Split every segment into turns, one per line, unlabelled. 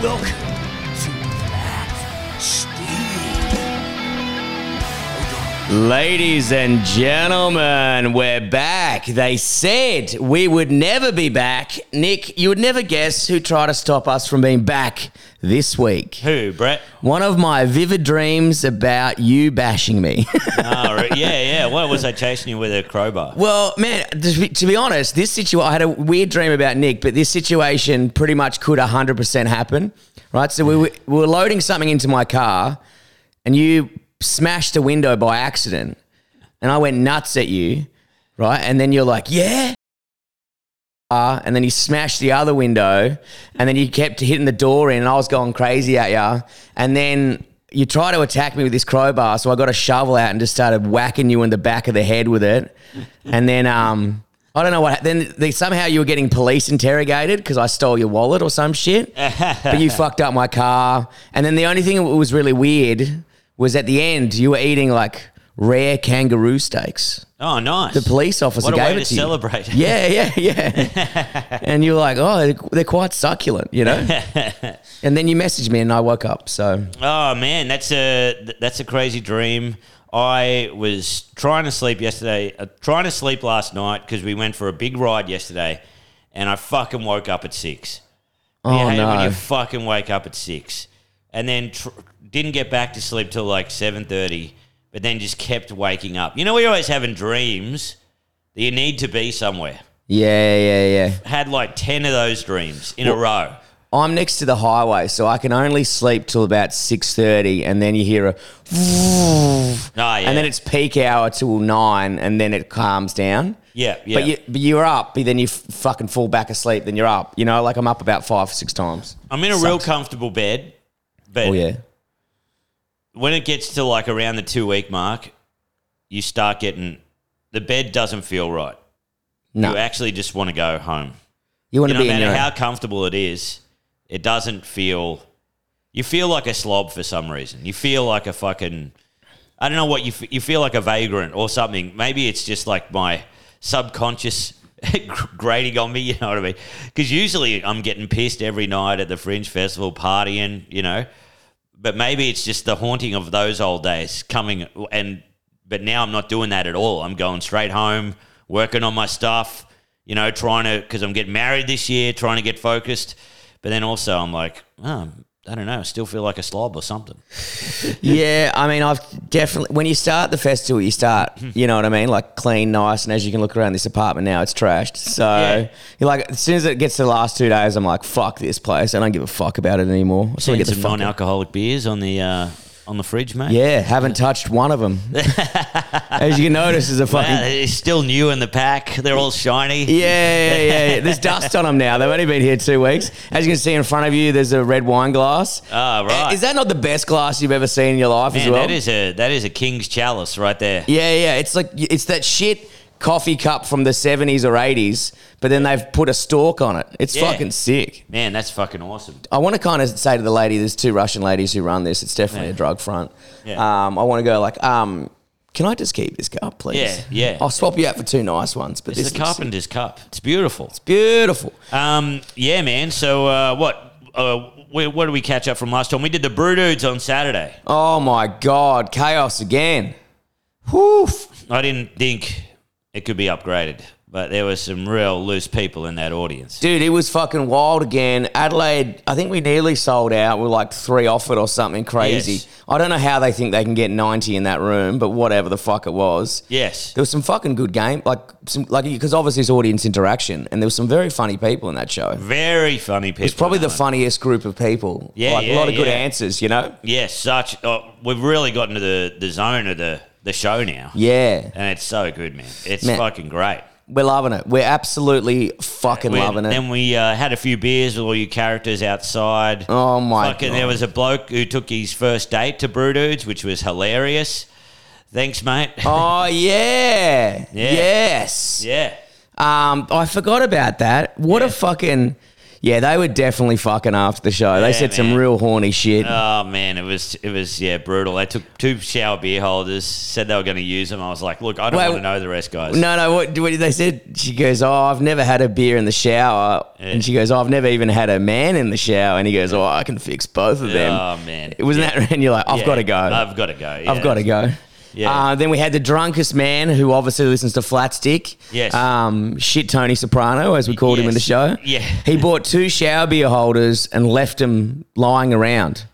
Welcome to Matt Steve.
Ladies and gentlemen, we're back. They said we would never be back. Nick, you would never guess who tried to stop us from being back this week.
Who, Brett?
One of my vivid dreams about you bashing me.
Oh, right. yeah, yeah. What was I chasing you with a crowbar?
Well, man, to be, to be honest, this situation, I had a weird dream about Nick, but this situation pretty much could 100% happen, right? So we were, we were loading something into my car and you smashed a window by accident and I went nuts at you, right? And then you're like, yeah. Uh, and then you smashed the other window and then you kept hitting the door in and I was going crazy at you. And then you try to attack me with this crowbar, so I got a shovel out and just started whacking you in the back of the head with it. And then um, I don't know what. Then they, somehow you were getting police interrogated because I stole your wallet or some shit. but you fucked up my car. And then the only thing that was really weird was at the end you were eating like rare kangaroo steaks.
Oh, nice.
The police officer
What a
gave
way
it
to
to, you.
celebrate.
Yeah, yeah, yeah. and you're like, oh, they're, they're quite succulent, you know. and then you messaged me, and I woke up. So
Oh man, that's a th- that's a crazy dream. I was trying to sleep yesterday, uh, trying to sleep last night because we went for a big ride yesterday, and I fucking woke up at six.
Oh,
you hate when
no.
you fucking wake up at six, and then tr- didn't get back to sleep till like seven thirty, but then just kept waking up. You know, we always having dreams that you need to be somewhere.
yeah, yeah, yeah.
Had like ten of those dreams in a row.
I'm next to the highway, so I can only sleep till about six thirty, and then you hear a,
Oh, yeah.
and then it's peak hour till nine, and then it calms down.
yeah, yeah.
But, you, but you're up, but then you f- fucking fall back asleep, then you're up. You know, like I'm up about five, six times.
I'm in a real comfortable bed, but
Oh yeah,
when it gets to like around the two week mark, you start getting the bed doesn't feel right.
no,
You actually just want to go home.
you want
You
to
know,
be
no
in your
matter
own-
how comfortable it is, it doesn't feel. You feel like a slob for some reason. You feel like a fucking. I don't know what you f- you feel like a vagrant or something. Maybe it's just like my subconscious grating on me. You know what I mean? Because usually I'm getting pissed every night at the Fringe Festival, partying. You know, but maybe it's just the haunting of those old days coming. And but now I'm not doing that at all. I'm going straight home, working on my stuff. You know, trying to because I'm getting married this year, trying to get focused. But then also I'm like, oh, I don't know. I still feel like a slob or something.
yeah, I mean, I've definitely when you start the festival, you start,
Hmm.
you know what I mean, like clean, nice, and as you can look around this apartment now, it's trashed. So
Yeah.
you're like, as soon as it gets to the last two days, I'm like, fuck this place. I don't give a fuck about it anymore. I just wanna
Seen
get the
some
fuck out.
non-alcoholic beers on the uh, on the fridge, mate.
Yeah, haven't touched one of them. As you can notice, is a fucking
Wow, uh, it's still new in the pack. They're all shiny.
yeah, yeah, yeah, yeah. There's dust on them now. They've only been here two weeks. As you can see in front of you, there's a red wine glass.
Ah, right.
Uh, Is that not the best glass you've ever seen in your life as
Man,
well?
that is a that is a king's chalice right there.
Yeah, yeah. It's like it's that shit coffee cup from the 70s or 80s, but then they've put a stalk on it. It's
Yeah.
fucking sick.
Man, that's fucking awesome.
I want to kind of say to the lady, there's two Russian ladies who run this. It's definitely a drug front.
Yeah.
Um, I want to go like, um, can I just keep this cup, please?
Yeah, yeah.
I'll swap you out for two nice ones, but
It's
this
the
looks
carpenter's cup. It's beautiful.
beautiful.
Um, yeah, man. So uh, what? Uh, we, what did we catch up from last time? We did the Brew Dudes on Saturday.
Oh my god, chaos again.
Oof. I didn't think it could be upgraded, but there were some real loose people in that audience.
Dude, it was fucking wild again. Adelaide, I think we nearly sold out. We were like three off it or something crazy.
Yes.
I don't know how they think they can get 90 in that room, but whatever the fuck it was.
Yes.
There was some fucking good game, like some like because obviously it's audience interaction, and there was some very funny people in that show.
Very funny people.
It's probably
in
the
that one.
funniest group of people.
Yeah,
like a
yeah,
lot of good
yeah.
answers, you know.
Yes, such. Oh, we've really gotten to the, the zone of the, the show now.
Yeah,
And it's so good, man. It's
Man.
fucking great.
we're loving it. We're absolutely fucking
We-
loving it.
Then we uh, had a few beers with all your characters outside.
Oh my
Fucking,
God.
There was a bloke who took his first date to Brew Dudes, which was hilarious. Thanks, mate.
oh yeah, yes.
Yeah.
oh, Um, I forgot about that. What a fucking Yeah, they were definitely fucking after the show.
Yeah,
they said some
man.
real horny shit.
Oh man, it was it was yeah brutal. They took two shower beer holders, said they were going to use them. I was like, look, I don't
Well,
want to know the rest, guys.
no, no, what, what did they said? She goes, "Oh, I've never had a beer in the shower," and she goes, oh, "I've never even had a man in the shower," and he goes, "Oh, I can fix both of them."
Oh man,
It wasn't that, and you're like, "I've
Yeah,
got to go.
I've got to go.
I've got to go.
Yeah.
Uh, then we had the drunkest man who obviously listens to Flatstick.
Yes.
Um, shit Tony Soprano, as we called him in the
Yes.
show.
Yeah.
He bought two shower beer holders and left them lying around.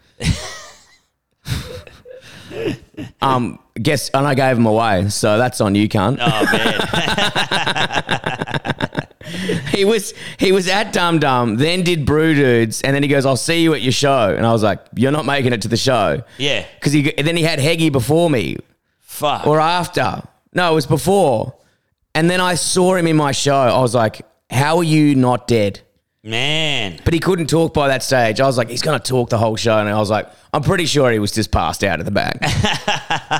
um, guess, and I gave them away, so that's on you, cunt.
Oh man,
He was he was at Dum Dum, then did Brew Dudes, and then he goes, "I'll see you at your show." And I was like, "You're not making it to the show."
yeah,
Because he and then he had Heggy before me,
fuck.
or after. No, it was before. And then I saw him in my show. I was like, how are you not dead?
Man,
But he couldn't talk by that stage. I was like, he's going to talk the whole show. And I was like, I'm pretty sure he was just passed out at the back.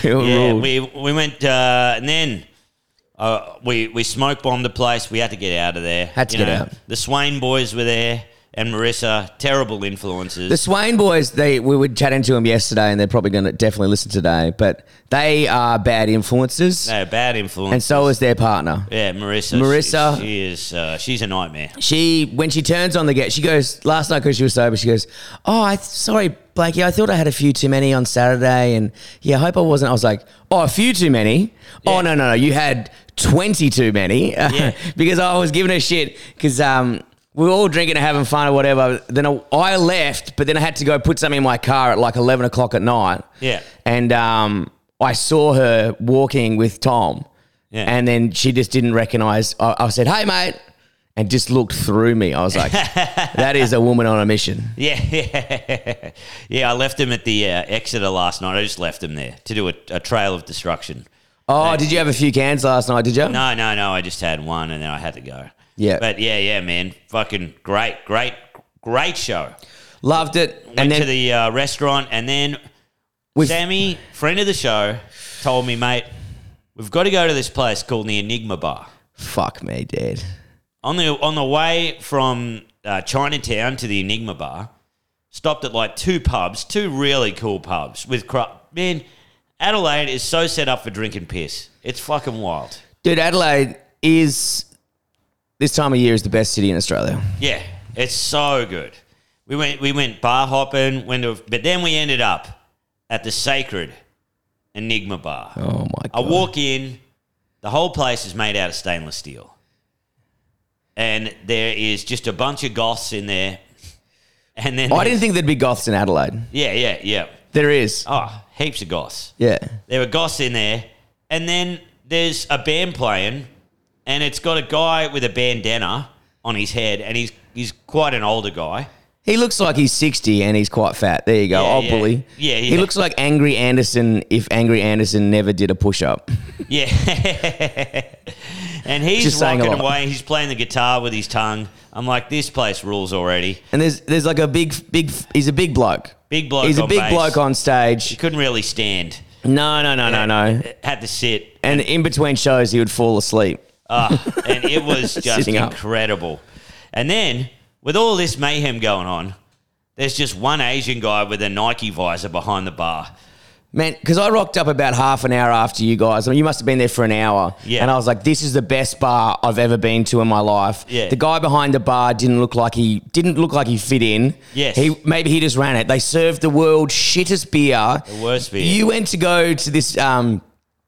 It
yeah,
ruled.
we we went uh, and then uh, we we smoke bombed the place. We had to get out of there.
Had to get out.
The Swain boys were there and Marissa, terrible influences.
the Swain boys, they we were chatting to them yesterday and they're probably going to definitely listen today, but they are bad influences.
no, bad influence.
And so is their partner.
yeah, Marissa.
Marissa-
she, she is uh, she's a nightmare.
she when she turns on the get, she goes last night because she was sober. She goes, "Oh, I sorry, Blakey, I thought I had a few too many on Saturday, and yeah, I hope I wasn't." I was like, "Oh, a few too many? Oh,
Yeah.
no, no, no, you had twenty too many."
Yeah.
because I was giving her shit because um. We were all drinking and having fun or whatever. Then I- I left, but then I had to go put something in my car at like 11 o'clock at night.
Yeah.
And um, I saw her walking with Tom.
Yeah.
And then she just didn't recognize. I, I said, hey, mate. And just looked through me. I was like, that is a woman on a mission.
Yeah, yeah, yeah. I left him at the uh, Exeter last night. I just left him there to do a, a trail of destruction.
Oh, did you have a few cans last night? Did you?
No, no, no. I just had one, and then I had to go.
Yeah.
but yeah, yeah, man. Fucking great, great, great show.
Loved it.
Went
and then
to the uh, restaurant, and then
We've-
Sammy, friend of the show, told me, mate, we've got to go to this place called the Enigma Bar.
fuck me, dude.
On the on the way from uh, Chinatown to the Enigma Bar, stopped at like two pubs, two really cool pubs with crap. Man, Adelaide is so set up for drinking piss. It's fucking wild.
Dude, Adelaide is this time of year is the best city in Australia.
Yeah, it's so good. We went we went bar hopping, went to, but then we ended up at the Sacred Enigma Bar.
Oh my
I
god.
walk in, the whole place is made out of stainless steel. And there is just a bunch of goths in there. And then
I didn't think there'd be goths in Adelaide.
Yeah, yeah, yeah.
There is.
Oh, heaps of goths.
Yeah.
There were goths in there. And then there's a band playing, and it's got a guy with a bandana on his head, and he's he's quite an older guy.
He looks like he's 60 and he's quite fat. There you go.
Yeah,
I'll
yeah.
bully.
Yeah,
He
yeah.
looks like Angry Anderson if Angry Anderson never did a push up.
Yeah. and he's
Just saying a
walking
lot.
away. He's playing the guitar with his tongue. I'm like, this place rules already.
And there's there's like a big big he's a big bloke.
Big bloke.
he's a
on
big
bass.
bloke on stage.
couldn't really stand.
No, no, no, no, no.
Had to sit,
And in between shows he would fall asleep.
uh, and it was just
Sitting up.
incredible. And then with all this mayhem going on, there's just one Asian guy with a Nike visor behind the bar.
Man, because I rocked up about half an hour after you guys. I mean, you must have been there for an hour.
Yeah.
And I was like, this is the best bar I've ever been to in my life.
Yeah.
The guy behind the bar didn't look like he didn't look like he fit in.
Yes.
He maybe he just ran it. They served the world's shittest beer.
The worst beer.
You went to go to this um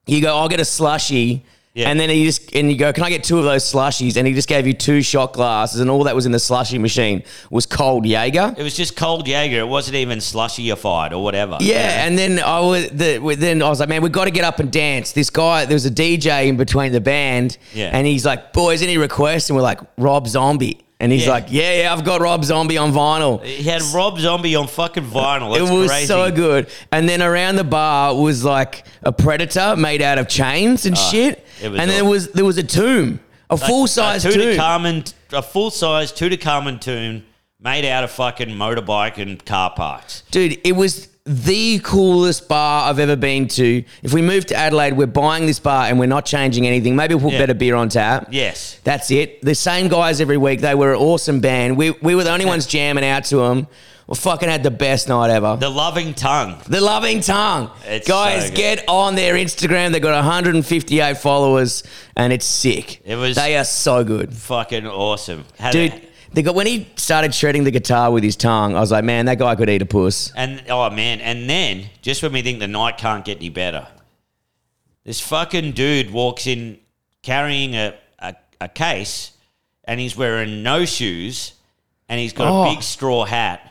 you go, I'll get a slushy.
Yeah.
And then he just and you go, Can I get two of those slushies? And he just gave you two shot glasses and all that was in the slushy machine was cold Jaeger.
it was just cold Jaeger. It wasn't even slushyified or whatever.
Yeah, and then I was the, well, then I was like, man, we've got to get up and dance. This guy, there was a DJ in between the band,
Yeah.
and he's like, boys, any requests? And we're like, Rob Zombie, and he's
Yeah.
like, yeah, yeah, I've got Rob Zombie on vinyl.
He had Rob Zombie on fucking vinyl.
It
That's
was
crazy.
so good. And then around the bar was like a predator made out of chains and shit.
Ah, it
And
was
then there
awesome.
was there was a tomb, a full size
a
tomb.
Tutankhamun- a full size Tutankhamun tomb made out of fucking motorbike and car parts.
Dude, it was the coolest bar I've ever been to. If we move to Adelaide, we're buying this bar and we're not changing anything. Maybe we'll put
Yeah.
better beer on tap.
Yes.
That's it. The same guys every week. They were an awesome band. We, we were the only ones jamming out to them. We fucking had the best night ever.
The loving tongue.
The Loving Tongue.
It's
Guys,
so good.
get on their Instagram. They've got 158 followers and it's sick.
It was-
They are so good.
Fucking awesome. Had
Dude,
a-
they got, when he started shredding the guitar with his tongue, I was like, man, that guy could eat a puss.
And oh man, and then just when we think the night can't get any better, this fucking dude walks in carrying a, a, a case and he's wearing no shoes and he's got
Oh.
a big straw hat.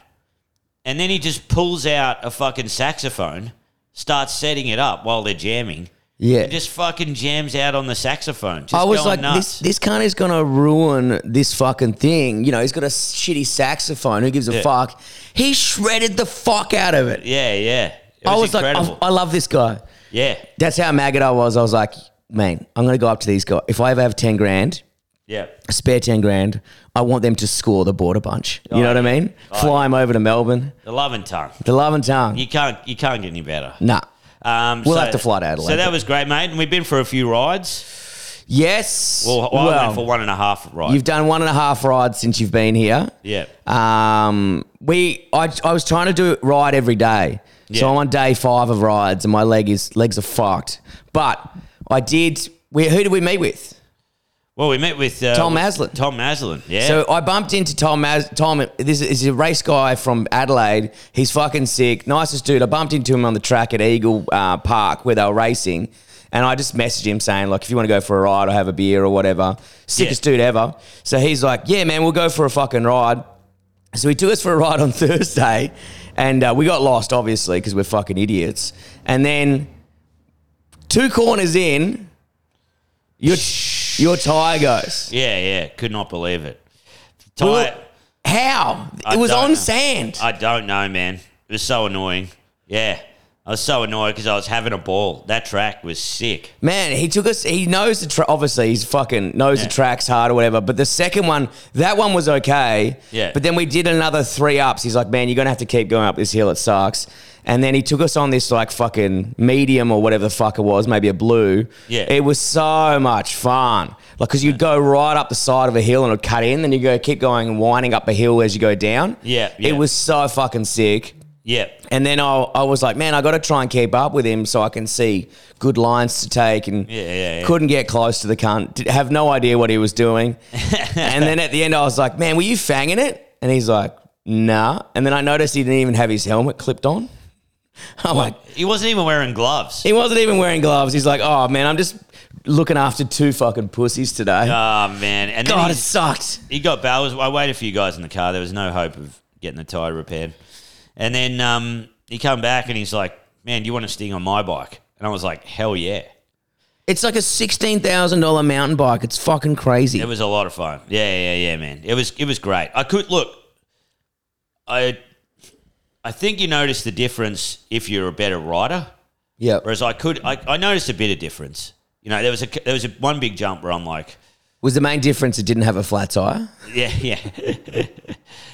And then he just pulls out a fucking saxophone, starts setting it up while they're jamming,
Yeah.
and just fucking jams out on the saxophone. Just
I was
going
like,
nuts.
this, this cunt is going to ruin this fucking thing. You know, he's got a shitty saxophone. Who gives a
Yeah.
fuck? He shredded the fuck out of it.
yeah, yeah. It
I
was
was
incredible.
like, I, I love this guy.
yeah,
That's how maggot I was. I was like, man, I'm going to go up to these guys. If I ever have 10 grand,
yeah.
spare 10 grand, I want them to score the border bunch. You
Oh,
know what I
yeah.
mean? Fly them over to Melbourne.
The loving tongue.
The love and tongue.
You can't you can't get any better.
nah.
Um,
We'll have to fly to Adelaide,
So that
but-
was great, mate. And we've been for a few rides.
Yes.
Well, I went for one and a half rides.
you've done one and a half rides since you've been here.
yeah.
Um, we, I, I was trying to do it ride every day.
Yeah.
So I'm on day five of rides and my leg is, legs are fucked. But I did, we, who did we meet with?
Well, we met with uh,
Tom Maslin.
Tom Maslin. Yeah.
So I bumped into Tom. Mas- Tom, this is a race guy from Adelaide. He's fucking sick, nicest dude. I bumped into him on the track at Eagle uh, Park where they were racing, and I just messaged him saying like, if you want to go for a ride or have a beer or whatever, sickest dude ever. So he's like, yeah, man, we'll go for a fucking ride. So he took us for a ride on Thursday, and uh, we got lost obviously because we're fucking idiots. And then two corners in, your your tire goes.
yeah, yeah. Could not believe it.
We
Ty,
were- how?
I
it was
don't
on
know.
sand.
I don't know, man. It was so annoying. Yeah. I was so annoyed because I was having a ball. That track was sick.
Man, he took us. He knows the track. Obviously, he's fucking knows
Yeah.
the tracks hard or whatever. But the second one, that one was okay.
Yeah.
But then we did another three ups. He's like, man, you're gonna have to keep going up this hill. It sucks. And then he took us on this like fucking medium or whatever the fuck it was, maybe a blue.
Yeah.
It was so much fun. Like, cause you'd go right up the side of a hill and it'd cut in, then you go keep going and winding up a hill as you go down.
Yeah, yeah.
It was so fucking sick.
Yeah.
And then I, I was like, man, I got to try and keep up with him so I can see good lines to take. And
Yeah, yeah, yeah.
couldn't get close to the cunt. Did, have no idea what he was doing. and then at the end, I was like, man, were you fanging it? And he's like, nah. And then I noticed he didn't even have his helmet clipped on. I'm like,
He wasn't even wearing gloves.
he wasn't even wearing gloves. He's like, oh, man, I'm just looking after two fucking pussies today.
Oh, man. And then
God, it
he's-
sucked.
he got battles. I waited for you guys in the car. There was no hope of getting the tire repaired. And then um, he come back and he's like, "Man, do you want to sting on my bike?" And I was like, "Hell yeah!"
It's like a $16,000 mountain bike. It's fucking crazy.
It was a lot of fun. Yeah, yeah, yeah, man. It was it was great. I could look. I I think you notice the difference if you're a better rider.
yeah.
Whereas I could, I, I noticed a bit of difference. You know, there was a there was a, one big jump where I'm like,
Was the main difference it didn't have a flat tire?
Yeah, yeah,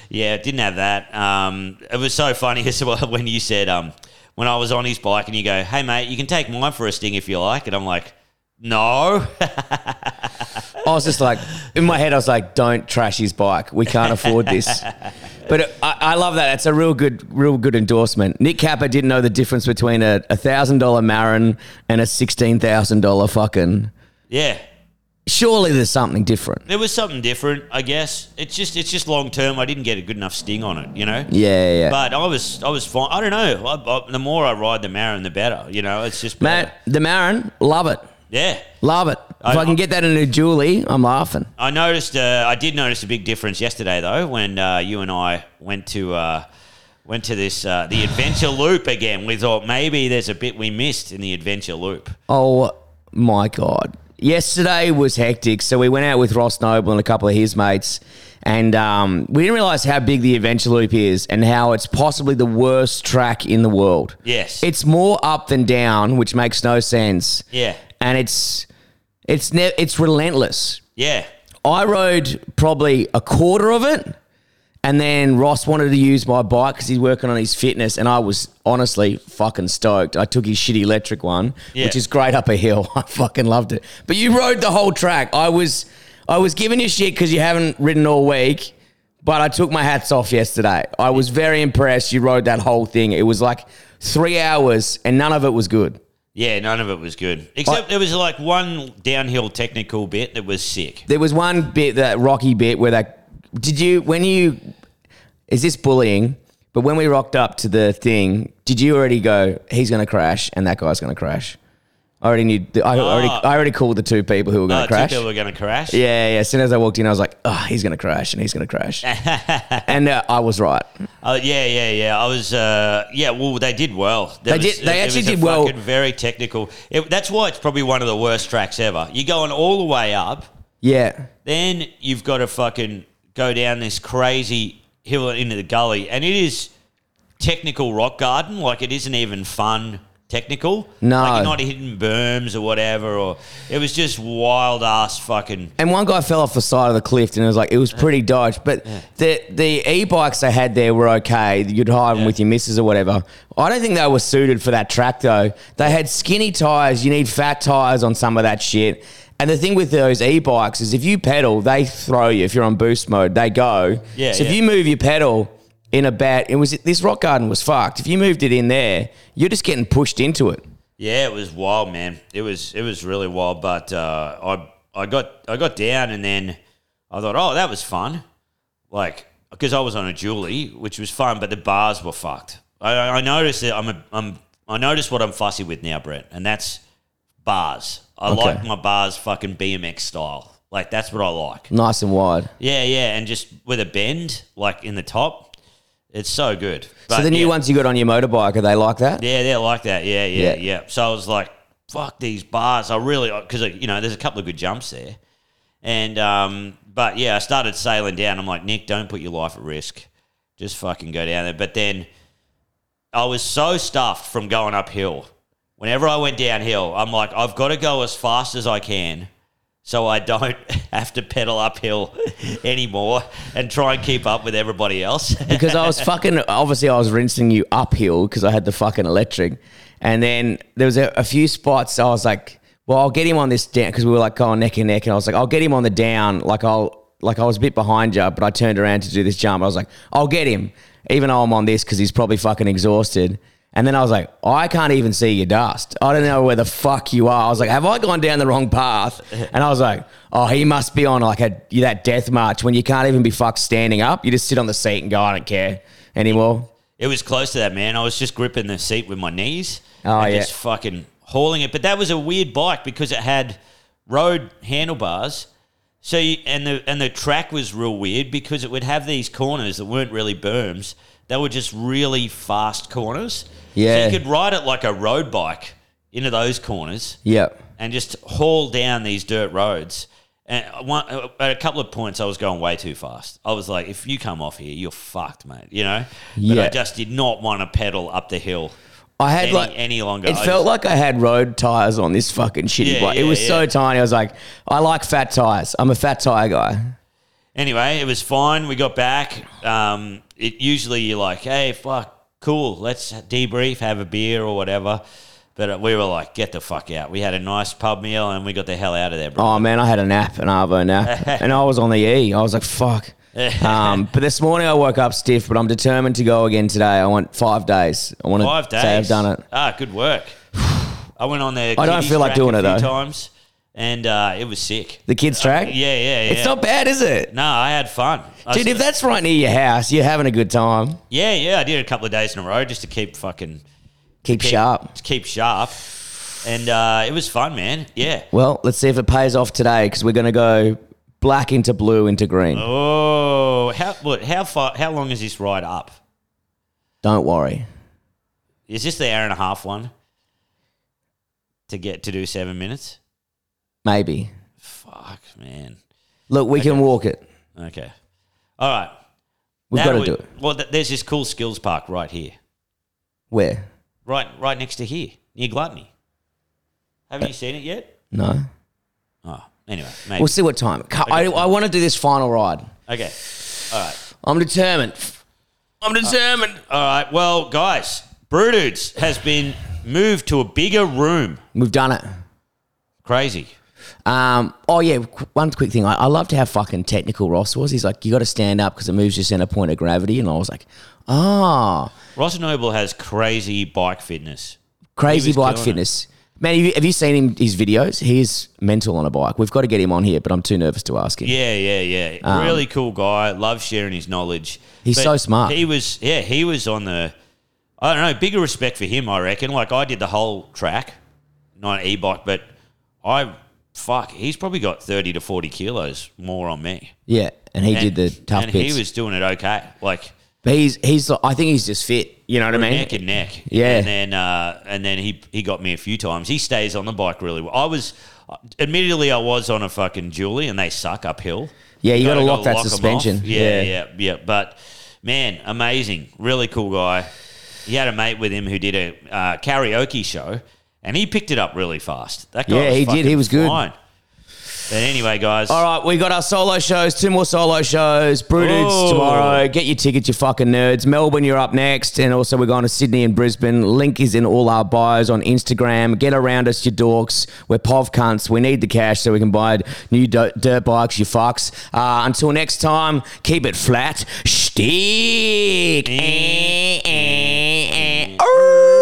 yeah. it Didn't have that. Um, it was so funny as well when you said um, when I was on his bike and you go, "Hey mate, you can take mine for a sting if you like," and I'm like, "No,
I was just like, in my head, I was like, don't trash his bike. We can't afford this. But it, I, I love that. It's a real good, real good endorsement. Nick Capper didn't know the difference between a thousand dollar Marin and a sixteen thousand dollar fucking.
yeah."
Surely there's something different.
There was something different, I guess. It's just it's just long term. I didn't get a good enough sting on it, you know.
Yeah, yeah. yeah.
But I was I was fine. I don't know. I, I, the more I ride the Marin, the better. You know, it's just better.
Matt, the Marin, love it,
Yeah.
love it. If I,
I-
can get that in a Julie, I'm laughing.
I noticed. Uh, I did notice a big difference yesterday, though, when uh, you and I went to uh, went to this uh, the adventure loop again. We thought maybe there's a bit we missed in the adventure loop.
Oh my god! Yesterday was hectic. So we went out with Ross Noble and a couple of his mates, and um, we didn't realize how big the adventure loop is and how it's possibly the worst track in the world.
Yes.
it's more up than down, which makes no sense.
yeah.
and it's it's ne- it's relentless.
Yeah.
I rode probably a quarter of it, And then Ross wanted to use my bike because he's working on his fitness, and I was honestly fucking stoked. I took his shitty electric one,
Yeah.
which is great up a hill. I fucking loved it. But you rode the whole track. I was, I was giving you shit because you haven't ridden all week. But I took my hats off yesterday. I was very impressed. You rode that whole thing. It was like three hours, and none of it was good.
Yeah, none of it was good. Except there was like one downhill technical bit that was sick.
There was one bit that rocky bit where that did you when you is this bullying? But when we rocked up to the thing, did you already go? He's going to crash, and that guy's going to crash. I already knew. The, I already
Ah.
I already called the two people who were going
Uh,
to crash.
Two people were going to crash.
yeah, yeah. As soon as I walked in, I was like, "Oh, he's going to crash, and he's going to crash," and uh, I was right.
Uh, yeah, yeah, yeah. I was, uh, yeah. Well, they did well. There
They
was-
did- they
it
actually
was a
did well.
fucking Very technical. It, that's why it's probably one of the worst tracks ever. You're going all the way up,
Yeah,
then you've got to fucking go down this crazy hill into the gully, and it is technical rock garden. Like it isn't even fun technical.
No.
like you're not hitting berms or whatever. Or it was just wild ass fucking.
And one guy fell off the side of the cliff, and it was like it was pretty dodge. But the the e bikes they had there were okay. You'd hire them
Yeah.
with your missus or whatever. I don't think they were suited for that track though. They had skinny tires. You need fat tires on some of that shit. And the thing with those e bikes is if you pedal, they throw you. If you're on boost mode, they go.
Yeah,
So
yeah.
if you move your pedal in a bad, it was this rock garden was fucked. If you moved it in there, you're just getting pushed into it.
Yeah, it was wild, man. It was it was really wild. But uh, I I got I got down, and then I thought, oh, that was fun, like because I was on a dually, which was fun, but the bars were fucked. I, I I noticed that I'm a, I'm I noticed what I'm fussy with now, Brett, and that's bars. I
Okay.
like my bars fucking BMX style. Like that's what I like.
Nice and wide.
Yeah, yeah, and just with a bend, like in the top, it's so good.
so
But,
the new
yeah.
ones you got on your motorbike, are they like that?
Yeah, they're like that. Yeah, yeah, yeah,
Yeah.
So I was like, fuck these bars. I really, because, you know, there's a couple of good jumps there. And, um, but yeah, I started sailing down. I'm like, Nick, don't put your life at risk. Just fucking go down there. But then I was so stuffed from going uphill. Whenever I went downhill, I'm like, I've got to go as fast as I can so I don't have to pedal uphill anymore and try and keep up with everybody else.
because I was fucking obviously I was rinsing you uphill because I had the fucking electric, and then there was a, a few spots I was like, well, I'll get him on this down because we were like going neck and neck, and I was like, I'll get him on the down, like I'll like I was a bit behind you, but I turned around to do this jump. I was like, I'll get him, even though I'm on this because he's probably fucking exhausted. And then I was like, I can't even see your dust. I don't know where the fuck you are. I was like, have I gone down the wrong path? And I was like, oh, he must be on like a that death march when you can't even be fucked standing up. You just sit on the seat and go, I don't care anymore.
It was close to that, man. I was just gripping the seat with my knees.
Oh,
and
yeah.
Just fucking hauling it. But that was a weird bike because it had road handlebars. So you, and the and the track was real weird because it would have these corners that weren't really berms. They were just really fast corners.
Yeah.
So you could ride it like a road bike into those corners
Yep.
and just haul down these dirt roads. And one, at a couple of points, I was going way too fast. I was like, if you come off here, you're fucked, mate. You know? But I
Yeah.
just did not want to pedal up the hill
I had
any,
like
any longer.
It
I
felt
just-
like I had road tires on this fucking shitty
Yeah,
bike. it
yeah,
was so
yeah.
tiny. I was like, I like fat tires. I'm a fat tire guy.
anyway, it was fine. We got back. Um, it usually you're like, hey, fuck, cool. Let's debrief, have a beer or whatever. But we were like, get the fuck out. We had a nice pub meal and we got the hell out of there, bro.
Oh man, I had a nap, an Arvo nap, and I was on the E. I was like, fuck. um, but this morning I woke up stiff, but I'm determined to go again today. I want five days. I want
Five
to
days.
say I've done it.
Ah, good work. I went on there.
I don't
kiddies
feel like
track
doing
a
it,
few
though.
Times, and uh, it was sick.
The kids track.
Uh, Yeah, yeah, yeah.
It's not bad, is it?
No, I had fun, I
Dude,
was-
if that's right near your house, you're having a good time.
yeah, yeah, I did a couple of days in a row just to keep fucking
Keep
keep,
sharp.
to keep sharp, and uh, it was fun, man. Yeah.
Well, let's see if it pays off today because we're going to go black into blue into green.
Oh, how what, how far? How long is this ride up?
Don't worry.
Is this the hour and a half one to get to do seven minutes?
Maybe.
Fuck, man.
Look, we can walk it.
Okay, all right.
We've got
Now
to
we-
do it.
Well, th- there's this cool skills park right here,
Where?
right, right next to here near Gluttony. Haven't you seen it yet?
No. Uh,
Oh, anyway, maybe.
We'll see what time. Ca- I, I want to do this final ride.
okay, all right.
I'm determined. I'm determined.
All right. Well, guys, Brew Dudes has been moved to a bigger room.
We've done it.
Crazy.
Um, oh yeah, qu- one quick thing. I, I loved how fucking technical Ross was. He's like, you got to stand up because it moves your center point of gravity, and I was like, ah,
Ross Noble has crazy bike fitness.
crazy
He was
bike
killing it.
fitness. Man, have you, have you seen him his videos? He's mental on a bike. We've got to get him on here, but I'm too nervous to ask him.
Yeah, yeah, yeah. really cool guy. Loves sharing his knowledge.
Um, He's so smart.
He was, yeah, he was on the. I don't know. Bigger respect for him, I reckon. Like I did the whole track, not an e-bike, but I fuck. He's probably got thirty to forty kilos more on me.
Yeah, and he did the tough
and
bits.
he was doing it okay. Like
but he's he's I think he's just fit. You know what I mean?
neck and neck.
Yeah.
and then uh, and then he he got me a few times. He stays on the bike really well. I was, admittedly, I was on a fucking Julie, and they suck uphill.
Yeah, you
Gotta-
gotta lock
gotta
that
'em off.
suspension.
Yeah,
Yeah.
yeah, yeah, But man, amazing, really cool guy. He had a mate with him who did a uh, karaoke show, and he picked it up really fast. That guy
Yeah,
was
he did.
fucking
He was good.
flying. But anyway, guys,
All right, we got our solo shows. Two more solo shows.
Ooh.
Bruteds tomorrow. Get your tickets, you fucking nerds. Melbourne, you're up next, and also we're going to Sydney and Brisbane. Link is in all our bios on Instagram. Get around us, you dorks. We're pov cunts. We need the cash so we can buy new do- dirt bikes, you fucks. Uh, until next time, keep it
Mm.
flat. Stick. Eh, eh, eh. Oh.